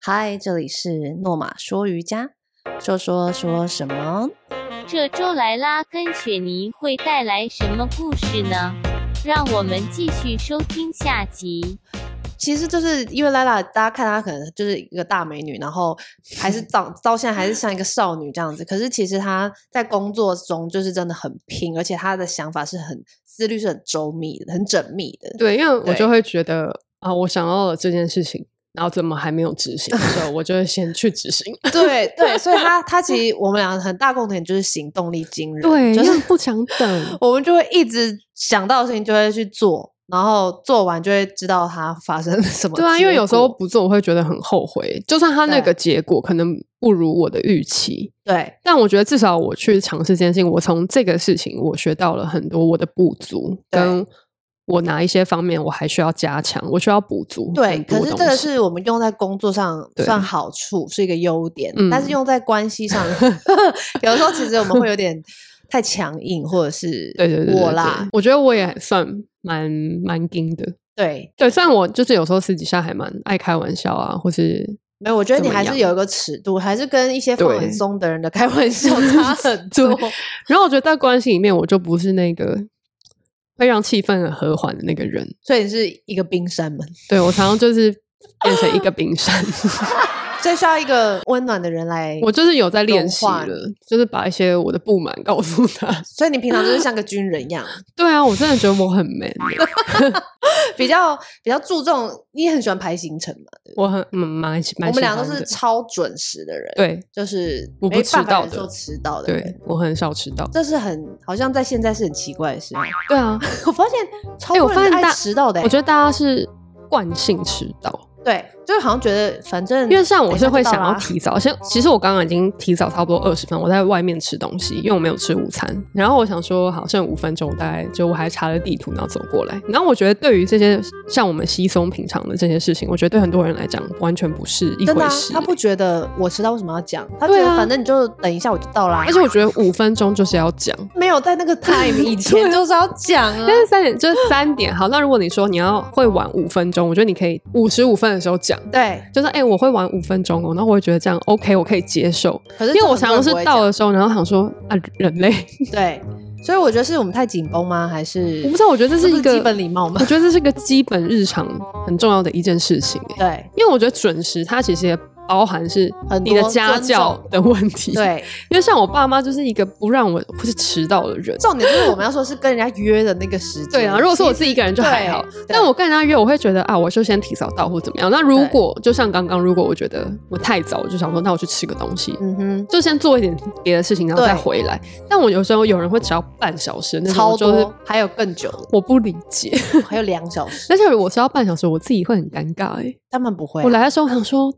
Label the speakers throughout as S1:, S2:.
S1: 嗨，这里是诺玛说瑜伽，说说说什么？
S2: 这周莱拉跟雪妮会带来什么故事呢？让我们继续收听下集。
S1: 其实就是因为莱拉，大家看她可能就是一个大美女，然后还是长到现在还是像一个少女这样子。可是其实她在工作中就是真的很拼，而且她的想法是很思虑是很周密的、很缜密的。
S3: 对，因为我
S1: 对
S3: 就会觉得啊，我想到了这件事情，然后怎么还没有执行的时候，我就会先去 执行。
S1: 对对，所以她她其实我们俩很大共同点就是行动力惊人，
S3: 对，
S1: 就是
S3: 因为不想 等。
S1: 我们就会一直想到的事情就会去做，然后做完就会知道它发生了什么结果。
S3: 对啊，因为有时候不做，我会觉得很后悔。就算他那
S1: 对
S3: 个结果可能不如我的预期，
S1: 对
S3: 但我觉得至少我去尝试这件事情，我从这个事情我学到了很多我的不足，
S1: 对
S3: 跟我哪一些方面我还需要加强，我需要补足
S1: 对，
S3: 很多
S1: 可是
S3: 东西。
S1: 这个是我们用在工作上
S3: 对
S1: 算好处，是一个优点，
S3: 嗯
S1: 但是用在关系 上，有时候其实我们会有点太强硬，或者是
S3: 对对对对
S1: 我
S3: 对
S1: 啦，
S3: 我觉得我也算蛮蛮硬的。
S1: 对，
S3: 对，虽然我就是有时候私底下还蛮爱开玩笑啊，或是
S1: 没有，我觉得你
S3: 怎么
S1: 还是
S3: 样
S1: 有一个尺度，还是跟一些放很
S3: 对
S1: 松的人 的开玩笑差很多。
S3: 对然后我觉得在关系里面，我就不是那个会让气氛很和缓的那个人。
S1: 所以你是一个冰山嘛，
S3: 对我常常就是变成一个冰 山，
S1: 所以需要一个温暖的人来。
S3: 我就是有在练习
S1: 融化
S3: 了，就是把一些我的不满告诉他。
S1: 所以你平常就是像个军人 一样，
S3: 对啊，我真的觉得我很 man，欸、
S1: 比较比较注重，你也很喜欢排行程嘛？
S3: 我很嗯蛮喜
S1: 我
S3: 蛮
S1: 们
S3: 喜
S1: 俩都
S3: 欢
S1: 是
S3: 的
S1: 超准时的人，，
S3: 对
S1: 就是
S3: 我不
S1: 没
S3: 迟
S1: 办法
S3: 到
S1: 忍
S3: 的
S1: 受迟到的人
S3: 对，，我很少迟到。
S1: 这是很好像在现在是很奇怪的 事。
S3: 对啊，
S1: 我发现超
S3: 哎我
S1: 多
S3: 发
S1: 人
S3: 现
S1: 爱
S3: 大
S1: 迟到的欸、
S3: 我觉得大家是惯性迟到。
S1: 得对，就是好像觉得反正
S3: 因为像我是会想
S1: 等一
S3: 要
S1: 下就
S3: 提早，像其实我刚刚已经提早差不多二十分，我在外面吃东西，因为我没有吃午餐。然后我想说，好，剩五分钟，我大概就我还查了地图，然后走过来。然后我觉得对于这些像我们稀松平常的这些事情，我觉得对很多人来讲完全不是一
S1: 到啦真的、
S3: 回
S1: 啊，
S3: 事。
S1: 他不觉得我迟到为什么要讲，他觉得
S3: 对啊
S1: 反正你就等一下我就到啦，
S3: 而且啊我觉得五分钟就是要讲，
S1: 没有在那 个 time 以前就是要讲啊
S3: 但。是三点就是三点。好，那如果你说你要会晚五分钟，我觉得你可以五十五分的时候讲。
S1: 对，
S3: 就是哎、我会晚五分钟哦，那我会觉得这样 OK，我可以接受。
S1: 可是
S3: 因为我
S1: 这
S3: 常
S1: 很多
S3: 常是
S1: 人不会
S3: 到的时候，然后想说啊，人类，
S1: 讲对，所以我觉得是我们太紧绷吗？还是
S3: 我不知道，我觉得这
S1: 这
S3: 是
S1: 不
S3: 一个
S1: 基本礼貌吗
S3: 我？觉得这是个基本日常很重要的一件事情、欸。
S1: 对
S3: 因为我觉得准时，它其实也包含是
S1: 很多
S3: 你的家教的问题。，
S1: 对，
S3: 因为像我爸妈就是一个不让我或是迟到的人。
S1: 重点就是我们要说是跟人家约的那个时间。
S3: 对啊，如果是我自己一个人就还好
S1: 对对，
S3: 但我跟人家约，我会觉得啊，我就先提早到或怎么样。那如果就像刚刚，如果我觉得我太早，我就想说，那我去吃个东西，
S1: 嗯哼，
S3: 就先做一点别的事情，然后
S1: 对
S3: 再回来。但我有时候有人会迟到半小时，那种
S1: 超
S3: 我就是
S1: 多，还有更久的，
S3: 我不理 解。
S1: 还有两小时，
S3: 而且我迟到半小时，我自己会很尴尬哎、
S1: 他们不会啊、
S3: 我来的时候我想说，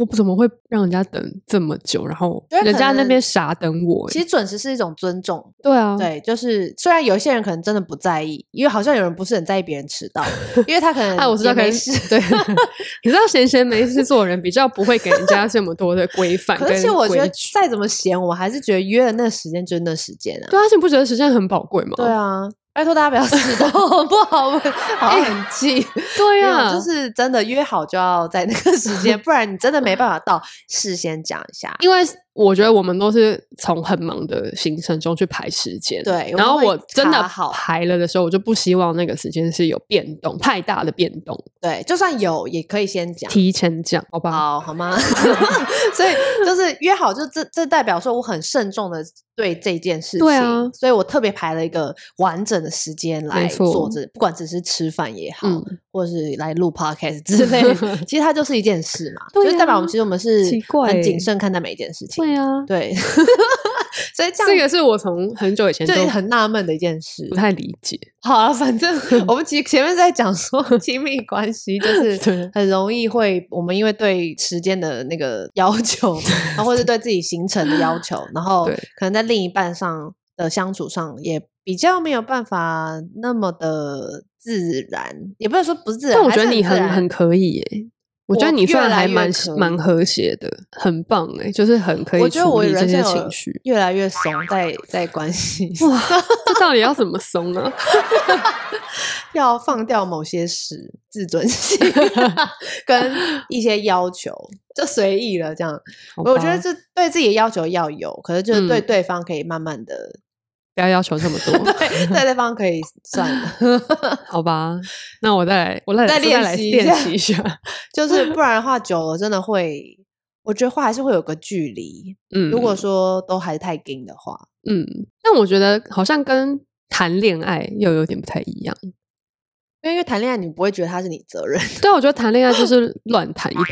S3: 我怎么会让人家等这么久？然后
S1: 觉得可
S3: 人家那
S1: 能
S3: 边傻等我、欸。
S1: 其实准时是一种尊重，
S3: 对啊，
S1: 对，就是虽然有一些人可能真的不在意，因为好像有人不是很在意别人迟 到，因为他可能
S3: 哎，我知道，
S1: 也
S3: 可
S1: 没
S3: 是
S1: 事。
S3: 对， 你知道闲闲没事做的人比较不会给人家这么多的规范 跟
S1: 可
S3: 规
S1: 是其实我觉得
S3: 矩。
S1: 再怎么闲，我还是觉得约的那个时间就是那时间啊。
S3: 对啊，而且你不觉得时间很宝贵吗？
S1: 对，啊，拜托大家不要迟到， 好不好？ 我好像很气。
S3: 哎
S1: 没
S3: 对
S1: 有
S3: 啊，
S1: 就是真的约好就要在那个时间，不然你真的没办法到。事先讲一下，
S3: 因为我觉得我们都是从很忙的行程中去排时间，
S1: 对我们
S3: 然后
S1: 会
S3: 我真的
S1: 查好
S3: 排了的时候，我就不希望那个时间是有变动太大的变动，
S1: 对，就算有也可以先讲。
S3: 提前讲，好不好？
S1: 好好 吗？所以就是约好，就这这代表说我很慎重的对这件事情，
S3: 对啊
S1: 所以我特别排了一个完整的时间来
S3: 没错
S1: 做这，不管只是吃饭也好，
S3: 嗯，
S1: 或是来录 podcast 之类的， 其实它就是一件事嘛，
S3: 对啊
S1: 就是代表我们其实我们是
S3: 奇怪
S1: 很
S3: 欸
S1: 谨慎看待每一件事情，
S3: 对啊，
S1: 对，所以这样
S3: 这个是我从很久以前就
S1: 这很纳闷的一件事
S3: 不。太理 解。
S1: 好啊，反正 我们其实前面在讲说 亲密关系就是
S3: 对
S1: 很容易会，我们因为对时间的那个要求，然后或是对自己行程的要求，然后
S3: 对
S1: 可能在另一半上的相处上也比较没有办法那么的自然，也不能说不自然，
S3: 但我觉
S1: 还
S3: 得
S1: 是
S3: 你
S1: 很自
S3: 很
S1: 然
S3: 很可以耶，我觉得你算还蛮
S1: 我越来越可以
S3: 蛮和谐的，很棒哎、就是很可以
S1: 我觉得
S3: 处
S1: 我
S3: 理这
S1: 人生
S3: 些
S1: 有
S3: 情绪。
S1: 越来越怂在在关系，
S3: 这到底要怎么松 啊？
S1: 要放掉某些事，自尊 心跟一些要求，就随意了这样。
S3: 好
S1: 我觉
S3: 吧
S1: 得这对自己的要求要有，可是就是对
S3: 嗯
S1: 对方可以慢慢的，
S3: 不要要求这么 多，
S1: 对对方可以算了，
S3: 好吧？那我再来，我再来
S1: 再
S3: 再
S1: 练
S3: 来
S1: 习一
S3: 练
S1: 下
S3: 习一下。
S1: 就是不然的话久了真的会，我觉得话还是会有个距离。
S3: 嗯，
S1: 如果说都还太硬的话，
S3: 嗯，但我觉得好像跟谈恋爱又有点不太一样。
S1: 因为因为谈恋爱你不会觉得他是你责任。
S3: 对啊，我觉得谈恋爱就是乱谈一通。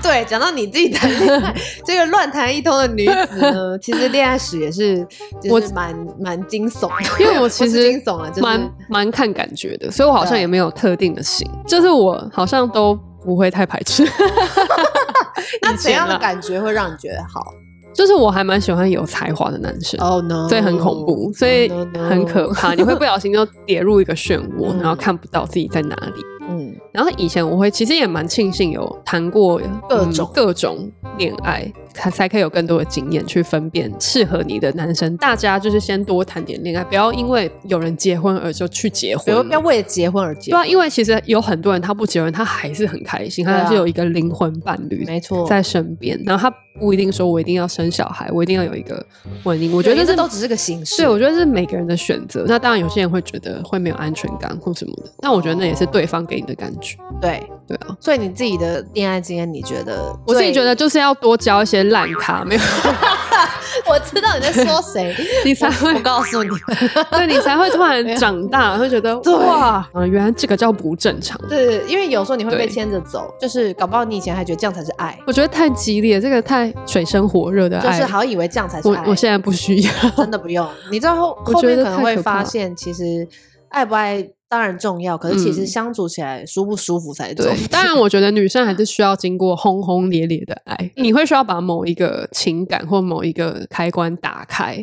S1: 对，讲到你自己谈恋 爱，这个乱谈一通的女子呢，其实恋爱史也是，就
S3: 我
S1: 是蛮蛮惊悚的，
S3: 因为我
S1: 不
S3: 其
S1: 是
S3: 实
S1: 惊悚啊，就是
S3: 蛮蛮看感觉的，所以我好像
S1: 对
S3: 也没有特定的型，就是我好像都不会太排斥。
S1: 那
S3: 以
S1: 怎
S3: 前
S1: 样的
S3: 啦
S1: 感觉会让你觉得好
S3: 就是我还蛮喜欢有才华的男生。
S1: ？Oh no，，Oh
S3: 所以哦很恐怖，所以很可怕。你会不小心就跌入一个漩涡，
S1: 嗯
S3: 然后看不到自己在哪里。
S1: 嗯
S3: 然后以前我会其实也蛮庆幸有谈过嗯
S1: 各种
S3: 各种恋爱，才才可以有更多的经验去分辨适合你的男生。大家就是先多谈点恋爱，不要因为有人结婚而就去结
S1: 比
S3: 婚
S1: 如
S3: 了。
S1: 不要为了结婚而结
S3: 嗯对
S1: 婚，
S3: 啊，因为其实有很多人他不结婚，他还是很开心，他
S1: 对啊
S3: 还是有一个灵魂伴侣
S1: 没错，
S3: 在身边。然后他不一定说我一定要生小孩，我一定要有一个婚姻。我觉
S1: 对
S3: 得
S1: 因为
S3: 这
S1: 这都只是个形式。
S3: 对，我觉得是每个人的选择。那当然，有些人会觉得会没有安全感或什么的，但我觉得那也是对方给你的感觉。
S1: 对，
S3: 对啊，
S1: 所以你自己的恋爱经验，你觉得？
S3: 我自己觉，得就是要多交一些烂咖，没有
S1: 我知道你在说 谁，
S3: 你才会
S1: 我，告诉你，
S3: 对你才会突然
S1: 没有
S3: 长大，会觉得
S1: 对
S3: 哇，嗯原来这个叫不正常。
S1: 对，因为有时候你会被
S3: 对
S1: 牵着走，就是搞不好你以前还觉得这样才是爱，
S3: 我觉得太激烈，这个太水深火热的
S1: 就
S3: 爱，
S1: 是好像以为这样才是
S3: 我
S1: 爱。
S3: 我现在不需要。
S1: 真的不用。你知道后
S3: 我
S1: 后
S3: 觉
S1: 面
S3: 得
S1: 可能
S3: 太
S1: 会
S3: 可怕
S1: 发
S3: 了
S1: 现，其实爱不爱当然重要，可是其实
S3: 嗯
S1: 相处起来舒不舒服才重要
S3: 对。，当然，我觉得女生还是需要经过轰轰烈烈的爱，
S1: 嗯
S3: 你会需要把某一个情感或某一个开关打开，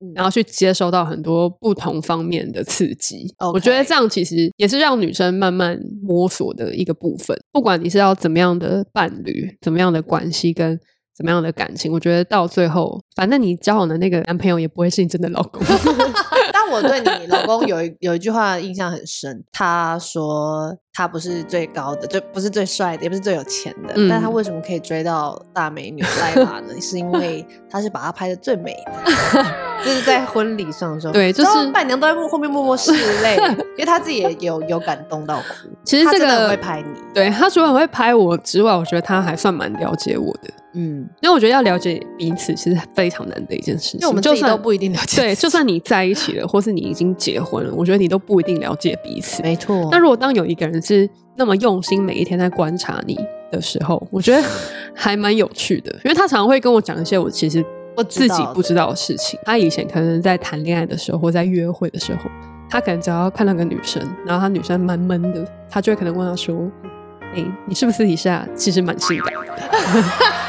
S1: 嗯
S3: 然后去接收到很多不同方面的刺激。
S1: OK
S3: 我觉得这样其实也是让女生慢慢摸索的一个部分。不管你是要怎么样的伴侣、怎么样的关系跟怎么样的感情，我觉得到最后，反正你交往的那个男朋友也不会是你真的老 公。
S1: 但我对你老公有一 有一句话印象很深，他说他不是最高的，就不是最帅的，也不是最有钱的，
S3: 嗯
S1: 但他为什么可以追到大美女莱拉呢？ 是因为他是把她拍的最美的。就是在婚礼上的时候，
S3: 对就是
S1: 然后伴娘都在幕后面默默拭泪， 因为他自己也有有感动到哭。
S3: 其实
S1: 他
S3: 这
S1: 真的很
S3: 个
S1: 会拍你，
S3: 对他除了很会拍我之外，我觉得他还算蛮了解我的。
S1: 嗯，
S3: 因为我觉得要了解彼此其实非常难的一件事情，
S1: 因为我们
S3: 就
S1: 自己
S3: 算
S1: 都不一定了解
S3: 对，
S1: 自
S3: 就算你在一起了，或是你已经结婚了，我觉得你都不一定了解彼此。
S1: 没错。
S3: 那如果当有一个人是那么用心，每一天在观察你的时候，我觉得还蛮有趣的，因为他常常会跟我讲一些我其实
S1: 不知
S3: 自
S1: 道
S3: 己
S1: 的
S3: 不知道的事情。他以前可能在谈恋爱的时候，或在约会的时候，他可能只要看到个女生，然后他女生蛮闷的，他就会可能问他说：“哎、你是不是私底下其实蛮性感的？”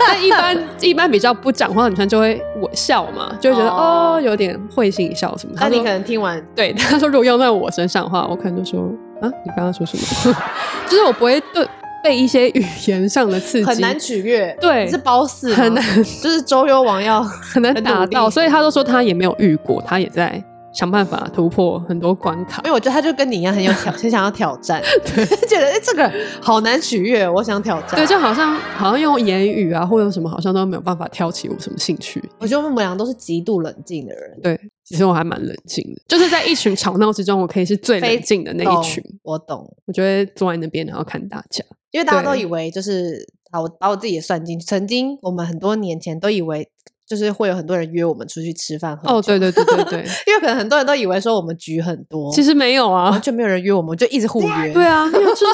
S3: 但一般一般比较不讲话的女生就会我笑嘛，就会觉得
S1: 哦
S3: 哦有点会心一笑什么。
S1: 那你
S3: 他说
S1: 可能听完，
S3: 对， 他说如果用在我身上的话，我可能就说啊，你刚刚说什么？ 就是我不会对被一些语言上的刺激
S1: 很难取悦，
S3: 对
S1: 你是褒姒吗，
S3: 很难
S1: 就是周幽王 要
S3: 很难
S1: 很努
S3: 达到，
S1: 力
S3: 所以他都说他也没有遇过，他也在想办法突破很多关卡
S1: 因。为我觉得他就跟你一样很有 挑，很想要挑战， 觉得哎、诶这个好难取悦，我想挑战。
S3: 对，就好像好像用言语啊，或者什么，好像都没有办法挑起我什么兴趣。
S1: 我觉得我们俩都是极度冷静的人，
S3: 对，其实我还蛮冷静的，就是在一群吵闹之中，我可以是最
S1: 非
S3: 冷静的那一群。
S1: 懂，我懂，
S3: 我就会坐在那边，然后看大家。
S1: 因为大家都
S3: 对
S1: 以为就是啊，我把我自己也算进去，曾经我们很多年前都以为。就是会有很多人约我们出去吃饭喝
S3: 哦，
S1: 酒
S3: 对对对 对对，
S1: 因为可能很多人都以为说我们局很多，
S3: 其实没有啊
S1: 完，全没有人约我们，就一直互约。
S3: 对 啊，因为就是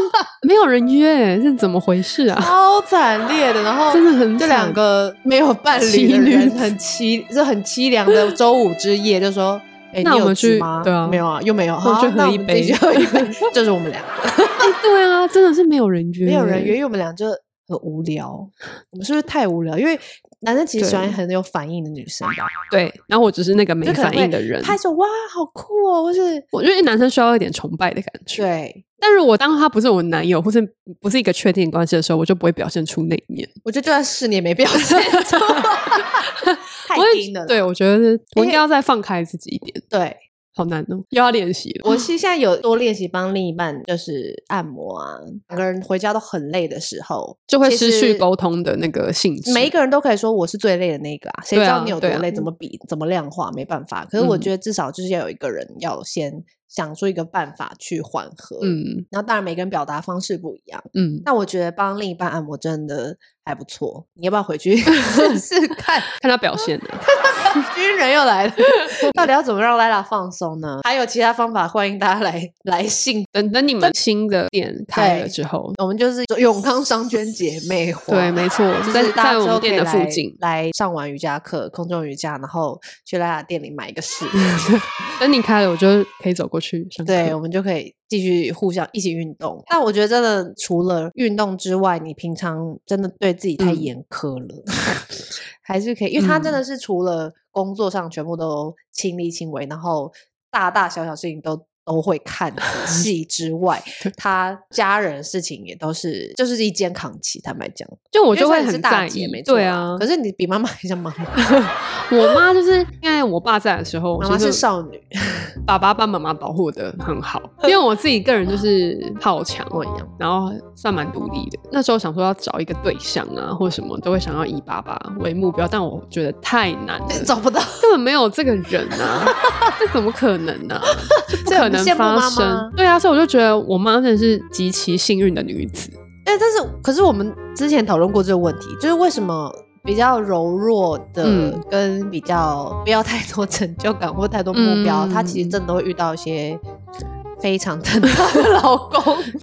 S3: 没有人约，是怎么回事啊？
S1: 超惨烈的，然后
S3: 真的很
S1: 这
S3: 惨
S1: 两个没有伴侣的
S3: 妻女
S1: 人很凄，就很凄凉的周五之夜，就说。哎、
S3: 那
S1: 你
S3: 我
S1: 有
S3: 们
S1: 去
S3: 去
S1: 吗？
S3: 对啊
S1: 没有啊，又没有。
S3: 那我
S1: 好，
S3: 们去
S1: 那
S3: 喝
S1: 我
S3: 一
S1: 们自己
S3: 杯
S1: 去喝一 杯，就是我们俩，
S3: 哎对啊，真的是没有人约，
S1: 没有人约，因为我们俩就很无聊。我们是不是太无聊？因为男生其实喜欢
S3: 对
S1: 很有反应的女生吧，
S3: 对，然后我只是那个没
S1: 就可能
S3: 反应的
S1: 会
S3: 人。
S1: 拍手哇，好酷哦，或是
S3: 我觉得男生需要一点崇拜的感觉，
S1: 对，
S3: 但如果当他不是我男友，或是不是一个确定关系的时候，我就不会表现出那一面。
S1: 我觉得就算是你也没表现出 来，太
S3: 我也
S1: 硬了啦。
S3: 对，我觉得是我
S1: 而
S3: 应
S1: 且
S3: 该要再放开自己一点，
S1: 对，
S3: 好难哦，又要练习了。
S1: 我其实现在有多练习帮另一半，就是按摩啊，两个人回家都很累的时候，
S3: 就会
S1: 其
S3: 失
S1: 实
S3: 去沟通的那个性质。
S1: 每一个人都可以说我是最累的那个啊，谁
S3: 对
S1: 知道
S3: 啊
S1: 你有多
S3: 对啊
S1: 累？怎么比？怎么量化？没办法。可是我
S3: 嗯
S1: 觉得至少就是要有一个人要先想出一个办法去缓和。
S3: 嗯
S1: 然后当然每个人表达方式不一样，
S3: 嗯，
S1: 但我觉得帮另一半按摩真的还不错。你要不要回 去试试看？
S3: 看他表现的。
S1: 军人又来 了，到底要怎么让 Lila 放松呢？还有其他方法，欢迎大家来来信。
S3: 等等，你们新的店开了
S1: 对
S3: 之后，
S1: 我们就是永康商圈姐妹花，
S3: 对，没错，
S1: 就
S3: 在
S1: 是大
S3: 在
S1: 家
S3: 我
S1: 之后
S3: 们
S1: 可以
S3: 店的附
S1: 来
S3: 近。
S1: 来上完瑜伽课，空中瑜伽，然后去拉雅店里买一个 试，
S3: 等你开了，我就可以走过去上课。
S1: 对，我们就可以继续互相一起运动。但我觉得真的除了运动之外，你平常真的对自己太
S3: 嗯
S1: 严苛了， 还是可以，因为他真的
S3: 嗯
S1: 是除了工作上全部都亲力亲为，然后大大小小事情都。都会看仔细之 外，他家人的事情也都是就是一肩扛起。坦白讲，
S3: 就我
S1: 因为
S3: 就
S1: 虽然
S3: 会
S1: 你是
S3: 很
S1: 大
S3: 在
S1: 姐
S3: 意
S1: 没。错
S3: 对
S1: 啦
S3: 啊，
S1: 可是你比妈妈还像妈妈，
S3: 我妈就是因为 我爸在的时候，
S1: 妈妈
S3: 就是
S1: 少女，
S3: 爸爸把妈妈保护的很 好，因为我自己个人就是好强，哦
S1: 跟我一样。
S3: 然后算蛮独立的。那时候想说要找一个对象啊，或什么，都会想要以爸爸为目标，但我觉得太难了，
S1: 找不到，
S3: 根本没有这个人啊， 这怎么可能呢、啊？就不
S1: 所以
S3: 可
S1: 很
S3: 能
S1: 羡慕
S3: 发
S1: 妈
S3: 生。
S1: 妈
S3: 对啊，所以我就觉得我妈真的是极其幸运的女子。
S1: 哎、但是可是我们之前讨论过这个问题，就是为什么比较柔弱的、
S3: 嗯
S1: 跟比较不要太多成就感或太多目标，
S3: 嗯
S1: 他其实真的都会遇到一些非常疼她的老 公，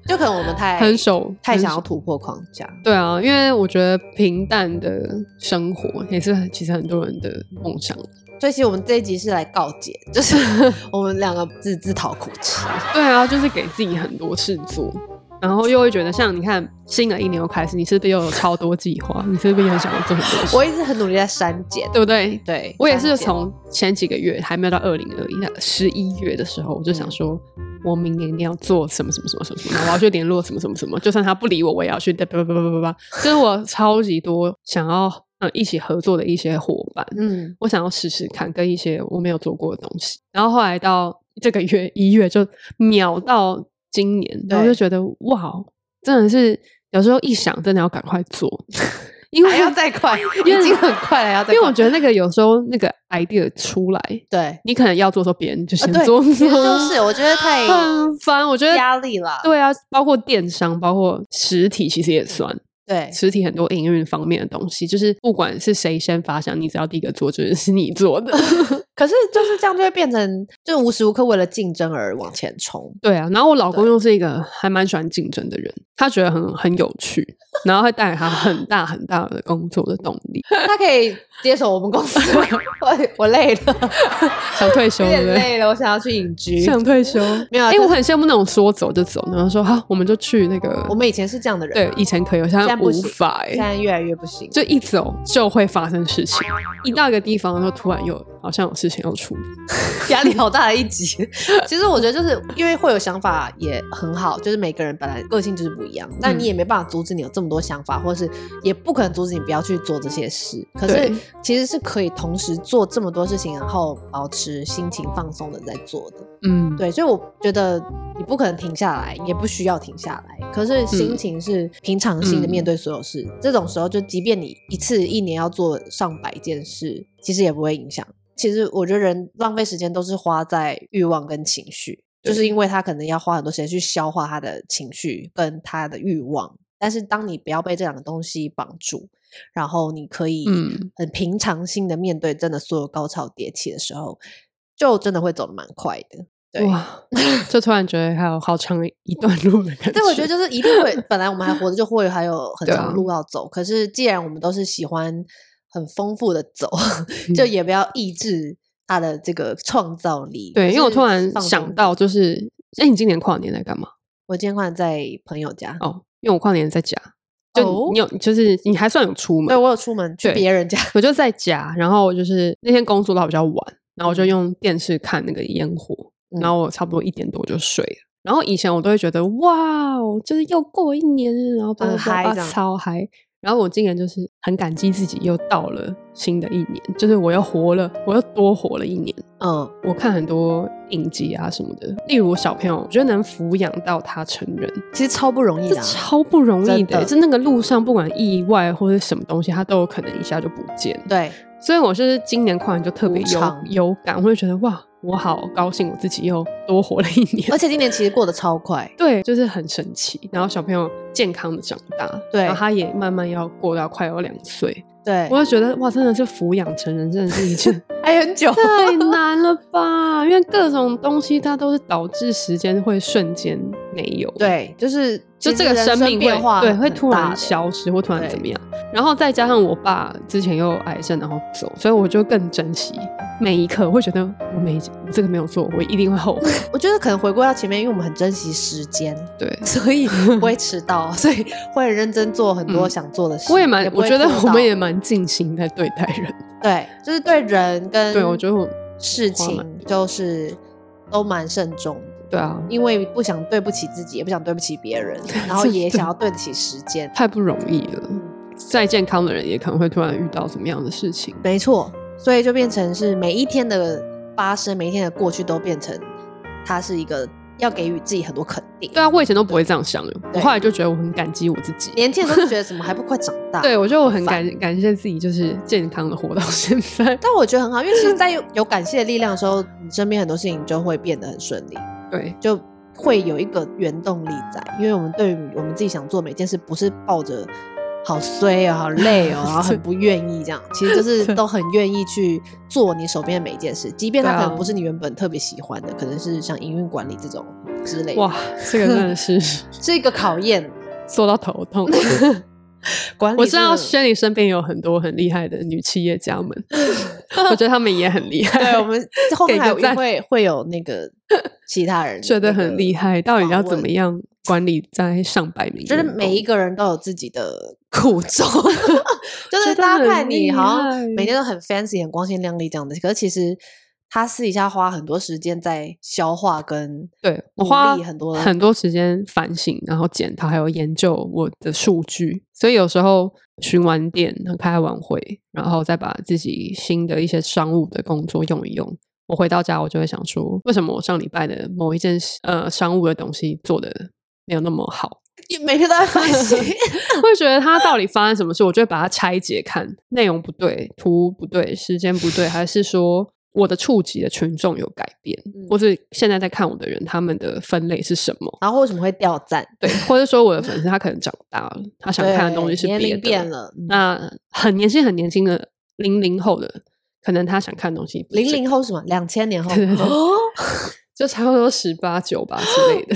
S1: 就可能我们太
S3: 很守
S1: 太
S3: 很
S1: 想要
S3: 守
S1: 突破框架。
S3: 对啊，因为我觉得平淡的生活也是很其实很多人的梦想。
S1: 所以其实我们这一集是来告解，就是 我们两个自自讨苦吃。
S3: 对啊，就是给自己很多事做，然后又会觉得像你看新的一年又开始，你是不是又有超多计划？你是不是也很想要做很多事？
S1: 我一直很努力在删减，
S3: 对不对？
S1: 对
S3: 我也
S1: 删
S3: 是
S1: 减
S3: 从前几个月还没有到二零二一十一月的时候，我就想说，
S1: 嗯
S3: 我明年一定要做什么什么什么什么什么，然后我要去联络什么什么什么，就算他不理我，我也要去 叭叭叭叭叭叭，就是我超级多想要嗯一起合作的一些伙伴，
S1: 嗯，
S3: 我想要试试看跟一些我没有做过的东西。然后后来到这个月 一月就秒到今年，然后
S1: 对
S3: 就觉得哇，真的是有时候一想真的要赶快做，因为
S1: 还要再快，
S3: 因为
S1: 已经很快了，还要
S3: 因
S1: 再快。
S3: 为我觉得那个有时候那个 idea 出来，
S1: 对，
S3: 你可能要做的时候，别人就
S1: 啊
S3: 先
S1: 对
S3: 做，
S1: 其实就是我觉得太
S3: 很烦。我觉得
S1: 压力啦
S3: 对啊，包括电商，包括实体，其实也算。
S1: 对
S3: 实体很多营运方面的东西，就是不管是谁先发想，你只要第一个做，就是是你 做的。
S1: 可是就是这样，就会变成就无时无刻为了竞争而往前冲。
S3: 对啊，然后我老公
S1: 对
S3: 又是一个还蛮喜欢竞争的人，他觉得很很有趣，然后会带给他很大很大的工作的动力。
S1: 他可以接手我们公司吗， 我我累了，
S3: 想退休
S1: 有
S3: 对
S1: 点
S3: 不对？
S1: 累了，我想要去隐居。
S3: 想退休
S1: 没有啊
S3: 哎、
S1: 可
S3: 我
S1: 是
S3: 很羡慕那种说走就走，然后说好，我们就去那个
S1: 我们以前是这样的人
S3: 对
S1: 啊，
S3: 以前可以，我现
S1: 现
S3: 在
S1: 在不
S3: 无
S1: 行
S3: 法哎、
S1: 现在越来越不 行。
S3: 就一走就会发生事情，一到一个地方，就突然又好像有事情要处理。
S1: 压力好大的一集。 其实我觉得就是因为会有想法也很好，就是每个人本来个性就是不一样，但你也没办法阻止你有这么多想法，或是也不可能阻止你不要去做这些事。可是
S3: 对
S1: 其实是可以同时做这么多事情，然后保持心情放松的在做的。
S3: 嗯，
S1: 对，所以我觉得你不可能停下来，也不需要停下来。可是心
S3: 嗯
S1: 情是平常心的面
S3: 嗯
S1: 对所有事，这种时候就即便你一次一年要做上百件事，其实也不会影响。其实我觉得人浪费时间都是花在欲望跟情绪，就是因为他可能要花很多时间去消化他的情绪跟他的欲望。但是当你不要被这两个东西绑住，然后你可以
S3: 嗯
S1: 很平常心的面对真的所有高潮迭起的时候，就真的会走得蛮快的。对
S3: 哇，就突然觉得还有好长一段路的感觉。
S1: 对，我觉得就是一定会，本来我们还活着，就会还有很
S3: 对
S1: 长
S3: 啊
S1: 的路要走。可是既然我们都是喜欢很丰富的走，
S3: 嗯
S1: 就也不要抑制他的这个创造力。
S3: 对，因为我
S1: 就是
S3: 突然
S1: 放
S3: 想
S1: 纵
S3: 到，
S1: 自己，
S3: 就是，哎、你今年跨年在干嘛？哦
S1: 我今天晚上在朋友家，
S3: 哦，因为我跨年在家，就你有，就是你还算有出门
S1: 对，我有出门去
S3: 对
S1: 别人家，
S3: 我就在家，然后我就是那天工作到比较晚，然后我就用电视看那个烟火，
S1: 嗯
S3: 然后我差不多一点多就睡了。然后以前我都会觉得哇哦，就是又过一年了，然后巴拉
S1: 很
S3: 巴
S1: 嗨
S3: 拉
S1: 这样
S3: 超嗨。然后我今年就是很感激自己又到了新的一年，就是我又活了，我又多活了一年。
S1: 嗯，
S3: 我看很多影集啊什么的，例如我小朋友，我觉得能抚养到他成人，
S1: 其实超不容易
S3: 这
S1: 的啊、
S3: 超不容易
S1: 真
S3: 的、
S1: 的
S3: 就那个路上不管意外或者什么东西，他都有可能一下就不见了。
S1: 对，
S3: 所以我就是今年跨年就特别
S1: 无
S3: 有
S1: 常
S3: 有感，我就觉得哇，我好高兴，我自己又多活了一年。
S1: 而且今年其实过得超快，
S3: 对，就是很神奇。然后小朋友健康的长大，
S1: 对
S3: 然后他也慢慢要过到快要两岁，
S1: 对，
S3: 我就觉得哇，真的是抚养成人，真的是 一件
S1: 还很久，
S3: 太难了吧？因为各种东西它都是导致时间会瞬间没有。。
S1: 对，就是
S3: 就
S1: 其
S3: 这
S1: 实
S3: 个
S1: 人
S3: 生
S1: 生
S3: 命
S1: 变化
S3: 会对会
S1: 很
S3: 突
S1: 大
S3: 然
S1: 的
S3: 消失或突然
S1: 对
S3: 怎么样，然后再加上我爸之前又有癌症然后走，所以我就更珍惜每一刻，会觉得我每我这个没有做，我一定会后悔。
S1: 我觉得可能回归到前面，因为我们很珍惜时间，
S3: 对，
S1: 所以不会迟到，所以会很认真做很多
S3: 嗯
S1: 想做的事。
S3: 我也蛮，
S1: 不
S3: 我
S1: 会
S3: 觉得
S1: 拖
S3: 我
S1: 到
S3: 们也蛮尽心在对待人。
S1: 对，就是对人跟
S3: 对，我觉得我
S1: 事
S3: 花蛮
S1: 情就是都蛮慎重的。
S3: 对啊，
S1: 因为不想对不起自己，也不想对不起别 人，然后
S3: 真
S1: 也
S3: 的
S1: 想要对得起时间。
S3: 太不容易了。再健康的人也可能会突然遇到怎么样的事情。
S1: 没错，所以就变成是每一天的发生，每一天的过去都变成它是一个要给予自己很多肯定。
S3: 对啊，我以前都不会这样想的，我
S1: 对
S3: 后来就觉得我很感激我自己。
S1: 年轻人都觉得怎么还不快长大？
S3: 对，我觉得我很
S1: 好烦
S3: 感感谢自己，就是健康的活到现在。
S1: 但我觉得很好，因为其实，在有有感谢的力量的时候，你身边很多事情就会变得很顺利，
S3: 对，
S1: 就会有一个原动力在。因为我们对于我们自己想做每件事，不是抱着好衰哦、好累哦，然后很不愿意这 样，其实就是
S3: 对
S1: 都很愿意去做你手边的每一件事，即便它
S3: 对啊
S1: 可能不是你原本特别喜欢的，可能是像营运管理这种之类的，
S3: 哇，这个真 的是
S1: 是一个考验。
S3: 说到头 痛。
S1: 管理
S3: 我知道
S1: 是
S3: Shelly 身边有很多很厉害的女企业 家们，我觉得她们也很厉害。
S1: 对，我们后面
S3: 给个
S1: 还有一
S3: 赞
S1: 会会有那个其他 人
S3: 觉得
S1: 那个
S3: 很厉害，到底
S1: 访
S3: 要
S1: 问
S3: 怎么样管理在上百名员
S1: 觉
S3: 工？
S1: 得每一个人都有自己的 苦 衷，就是
S3: 觉得
S1: 大家
S3: 很
S1: 看你
S3: 厉
S1: 好像
S3: 害
S1: 每天都很 fancy、很光鲜亮丽这样的，可是其实他私底下花很多时间在消化跟
S3: 对
S1: 努
S3: 我花
S1: 力很多
S3: 很多时间反省，然后检讨，还有研究我的数据。所以有时候巡完店、开完会，然后再把自己新的一些商务的工作用一用。我回到家，我就会想说，为什么我上礼拜的某一件事呃商务的东西做的没有那么好？
S1: 你每天都在反省。
S3: 会觉得它到底发生什么事，我就会把它拆解看，内容不对，图不对，时间不对，还是说我的触及的群众有改变，
S1: 嗯
S3: 或是现在在看我的人他们的分类是什么？
S1: 然后为什么会掉赞？
S3: 对，或者说我的粉丝他可能长大了，他想看的东西
S1: 对
S3: 是
S1: 年
S3: 别
S1: 龄
S3: 的，
S1: 变了，嗯
S3: 那很年轻很年轻的零零后的，可能他想看的东西不是
S1: 零
S3: 这个
S1: 零后是什么？两千年后
S3: 对对对
S1: 哦，
S3: 就差不多十八九吧之类 的，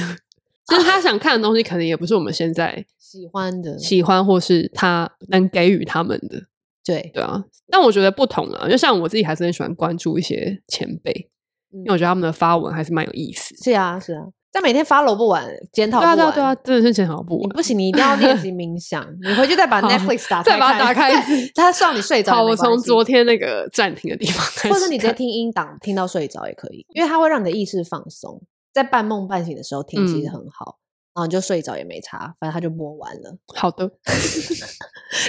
S3: 就是他想看的东西可能也不是我们现在
S1: 喜欢的
S3: 喜欢或是他能给予他们的。
S1: 对，
S3: 对啊，但我觉得不同啊，就像我自己还是很喜欢关注一些前辈，因为我
S1: 嗯
S3: 觉得他们的发文还是蛮有意思。
S1: 是啊是啊，但每天发楼不完，检讨
S3: 对
S1: 不
S3: 啊，
S1: 完，
S3: 对啊，对啊，真的是检讨不
S1: 你
S3: 完。
S1: 不行，你一定要练习冥想，你回去再把
S3: 好
S1: Netflix 打开，
S3: 再把它打开一 次
S1: 它让你睡着也
S3: 好，
S1: 没
S3: 我
S1: 关系。
S3: 从昨天那个暂停的地方开始 看，
S1: 或者你直接听音档，听到睡着也可以，因为它会让你的意识放松，在半梦半醒的时候听，其实
S3: 嗯
S1: 很好。然后你就睡着也没差，反正它就播完了。
S3: 好的，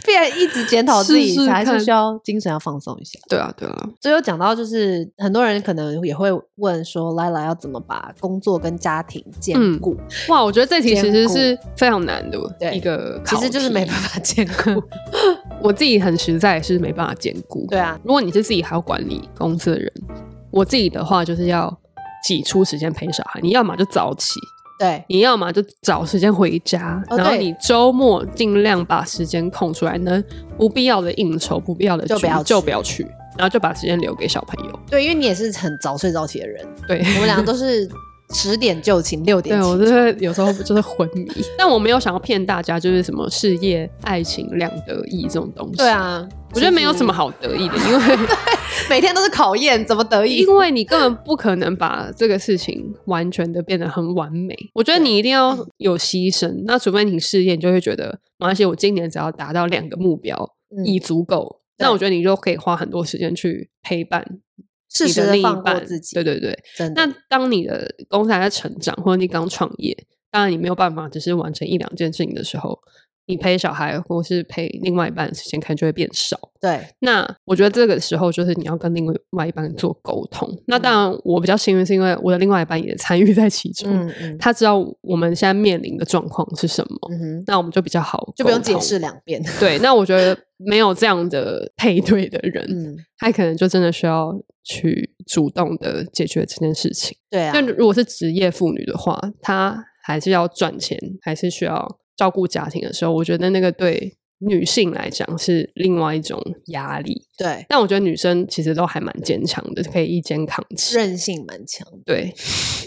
S1: 必然一直检讨自己，
S3: 试试
S1: 还是
S3: 看
S1: 需要精神要放松一下。
S3: 对啊，对啊，
S1: 最后讲到就是，很多人可能也会问说，Lila 要怎么把工作跟家庭兼
S3: 嗯
S1: 顾？
S3: 哇，我觉得这题其
S1: 兼
S3: 实
S1: 顾
S3: 是非常难的
S1: 对
S3: 一个考
S1: 其
S3: 题，
S1: 实就是没办法兼 顾。
S3: 我自己很实在是没办法兼顾。
S1: 对啊，
S3: 如果你是自己还要管理公司的人，我自己的话就是要挤出时间陪小孩，你要么就早起，
S1: 对，
S3: 你要么就找时间回家，
S1: 哦
S3: 然后
S1: 对
S3: 你周末尽量把时间空出来，能不必要的应酬、不必要的
S1: 就不要
S3: 局就不要去，然后就把时间留给小朋友。
S1: 对，因为你也是很早睡早起的人，
S3: 对，
S1: 我们俩都是十点就寝，六点
S3: 对我
S1: 起。
S3: 真的有时候就是昏迷，但我没有想要骗大家，就是什么事业、爱情两得意这种东西。
S1: 对，啊，
S3: 我觉得没有什么好得意的，因为
S1: 每天都是考验，怎么得意
S3: 因？为你根本不可能把这个事情完全的变得很完美。我觉得你一定要有牺牲，那除非你事业，你就会觉得没关系，我今年只要达到两个目标
S1: 嗯
S3: 已足够。
S1: 对
S3: 那我觉得你就可以花很多时间去陪伴
S1: 适
S3: 你
S1: 时
S3: 的
S1: 的
S3: 另一
S1: 放过
S3: 半，
S1: 自己，嗯
S3: 对对对，
S1: 真的
S3: 那当你的公司还在成长，或者你刚创业，当然你没有办法只是完成一两件事情的时候，你陪小孩或是陪另外一半的时间可能就会变少。
S1: 对，
S3: 那我觉得这个时候就是你要跟另外一半做沟通。
S1: 嗯
S3: 那当然，我比较幸运是因为我的另外一半也参与在其中，
S1: 嗯嗯
S3: 他知道我们现在面临的状况是什么，
S1: 嗯哼，
S3: 那我们就比较好，
S1: 就不用解释。两遍。
S3: 对，那我觉得没有这样的配对的人，
S1: 嗯，
S3: 他可能就真的需要去主动的解决这件事情。
S1: 对啊
S3: 那，如果是职业妇女的话，她还是要赚钱，还是需要照顾家庭的时候，我觉得那个对女性来讲是另外一种压力。
S1: 对，
S3: 但我觉得女生其实都还蛮坚强的，可以一肩扛起。
S1: 韧性蛮强的。
S3: 对，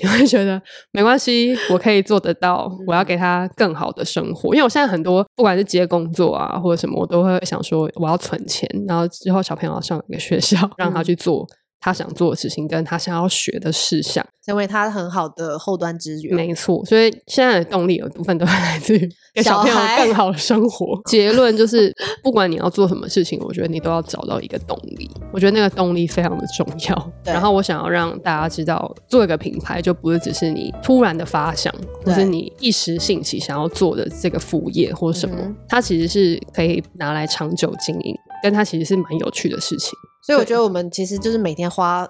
S3: 你会觉得没关系，我可以做得到。我要给她更好的生活，因为我现在很多不管是接工作啊或者什么，我都会想说我要存钱，然后之后小朋友要上一个学校，让他去做他想做的事情，跟他想要学的事项。
S1: 成为他很好的后端支援。
S3: 没错，所以现在的动力有一部分都是来自于给
S1: 小
S3: 小朋友
S1: 孩
S3: 更好的生 活。结论就是，不管你要做什么事情，我觉得你都要找到一个动力。我觉得那个动力非常的重要。
S1: 对
S3: 然后我想要让大家知道，做一个品牌就不是只是你突然的发想，或是
S1: 对
S3: 你一时兴起想要做的这个副业或什么，
S1: 嗯哼
S3: 它其实是可以拿来长久经营，跟它其实是蛮有趣的事情。
S1: 所以我觉得我们其实就是每天花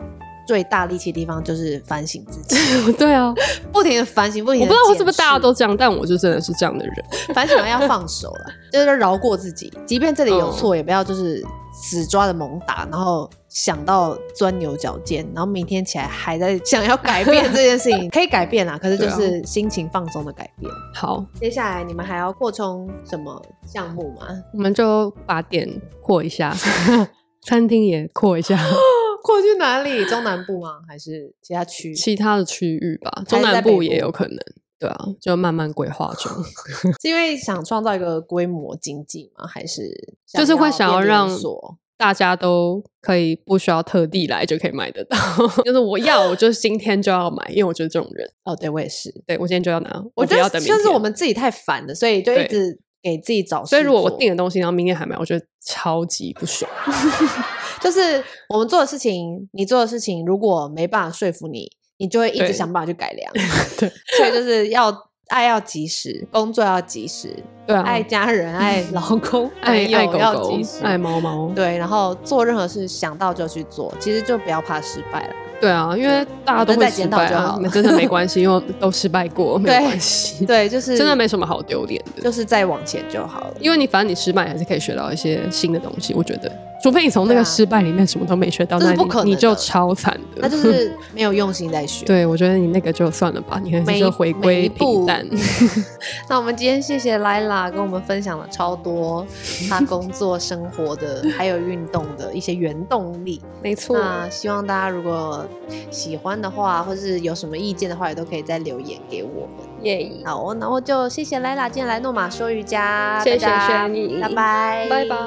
S1: 最大力气的地方就是反省自己，
S3: 对啊，
S1: 不停的反省，不停
S3: 我
S1: 的。
S3: 不知道为什么大家都这样，但我就真的是这样的人。
S1: 反省完要放手了，就是饶过自己，即便这里
S3: 嗯
S1: 有错，也不要就是死抓着猛打，然后想到钻牛角尖，然后明天起来还在想要改变这件事 情，可以改变啦，可是就
S3: 对啊
S1: 是心情放松的改变。
S3: 好，
S1: 接下来你们还要扩充什么项目吗？
S3: 我们就把点扩一下， 餐厅也 扩一下，
S1: 扩去哪里？中南部吗？还是其他区？
S3: 其他的区域吧，
S1: 还
S3: 中
S1: 是在
S3: 南
S1: 北
S3: 部也
S1: 部
S3: 有可能。对啊，就慢慢规划中，
S1: 是因为想创造一个规模经济吗？还是
S3: 就是会想要
S1: 变
S3: 让
S1: 连锁
S3: 大家都可以不需要特地来就可以买得到。 就是我要，我就今天就要买，因为我就是这种人。
S1: 哦，对我也是，
S3: 对我今天就要拿，
S1: 我
S3: 不
S1: 觉
S3: 要
S1: 得
S3: 等明天。
S1: 就是我，们自己太烦了，所以就一
S3: 对
S1: 直给自己找事做。
S3: 所以如果我订的东西，然后明天还买，我觉得超级不爽。
S1: 就是我们做的事情，你做的事情，如果没办法说服你，你就会一直
S3: 对
S1: 想办法去改良。
S3: 对，
S1: 所以就是要爱要及时，工作要及时，
S3: 对啊，
S1: 爱家人、爱老公、
S3: 爱
S1: 朋友
S3: 爱狗
S1: 要
S3: 狗
S1: 及时，
S3: 爱猫猫，
S1: 对，然后做任何事想到就去做，其实就不要怕失败了。
S3: 对啊，因为大家都
S1: 我们
S3: 会
S1: 再
S3: 失
S1: 检讨
S3: 败
S1: 就
S3: 啊
S1: 好，
S3: 那真的没关系，因为都失败 过，没有
S1: 对
S3: 关系。
S1: 对，就是
S3: 真的没什么好丢脸的，
S1: 就是再往前就好了。
S3: 因为你反正你失败还是可以学到一些新的东西，我觉得，除非你从那
S1: 对
S3: 个
S1: 啊
S3: 失败里面什么都没学到，
S1: 这是
S3: 那你
S1: 不可能的
S3: 你就超惨的，
S1: 那就。是没有用心在学。，
S3: 对，我觉得你那个就算了吧，你还
S1: 每
S3: 是
S1: 一
S3: 就回
S1: 每一
S3: 归
S1: 步
S3: 平淡。
S1: 那我们今天谢谢 Lila 跟我们分享了超 多她工作、生活的，还有运动的一些原动力。
S3: 没错
S1: 那希望大家如果喜欢的话，或是有什么意见的话，也都可以再留言给我们。
S3: 耶，
S1: 好哦，那我就谢谢 Lila 今天来诺玛说瑜伽，
S3: 谢谢
S1: 大家
S3: 轩逸
S1: 拜拜，
S3: 拜。拜。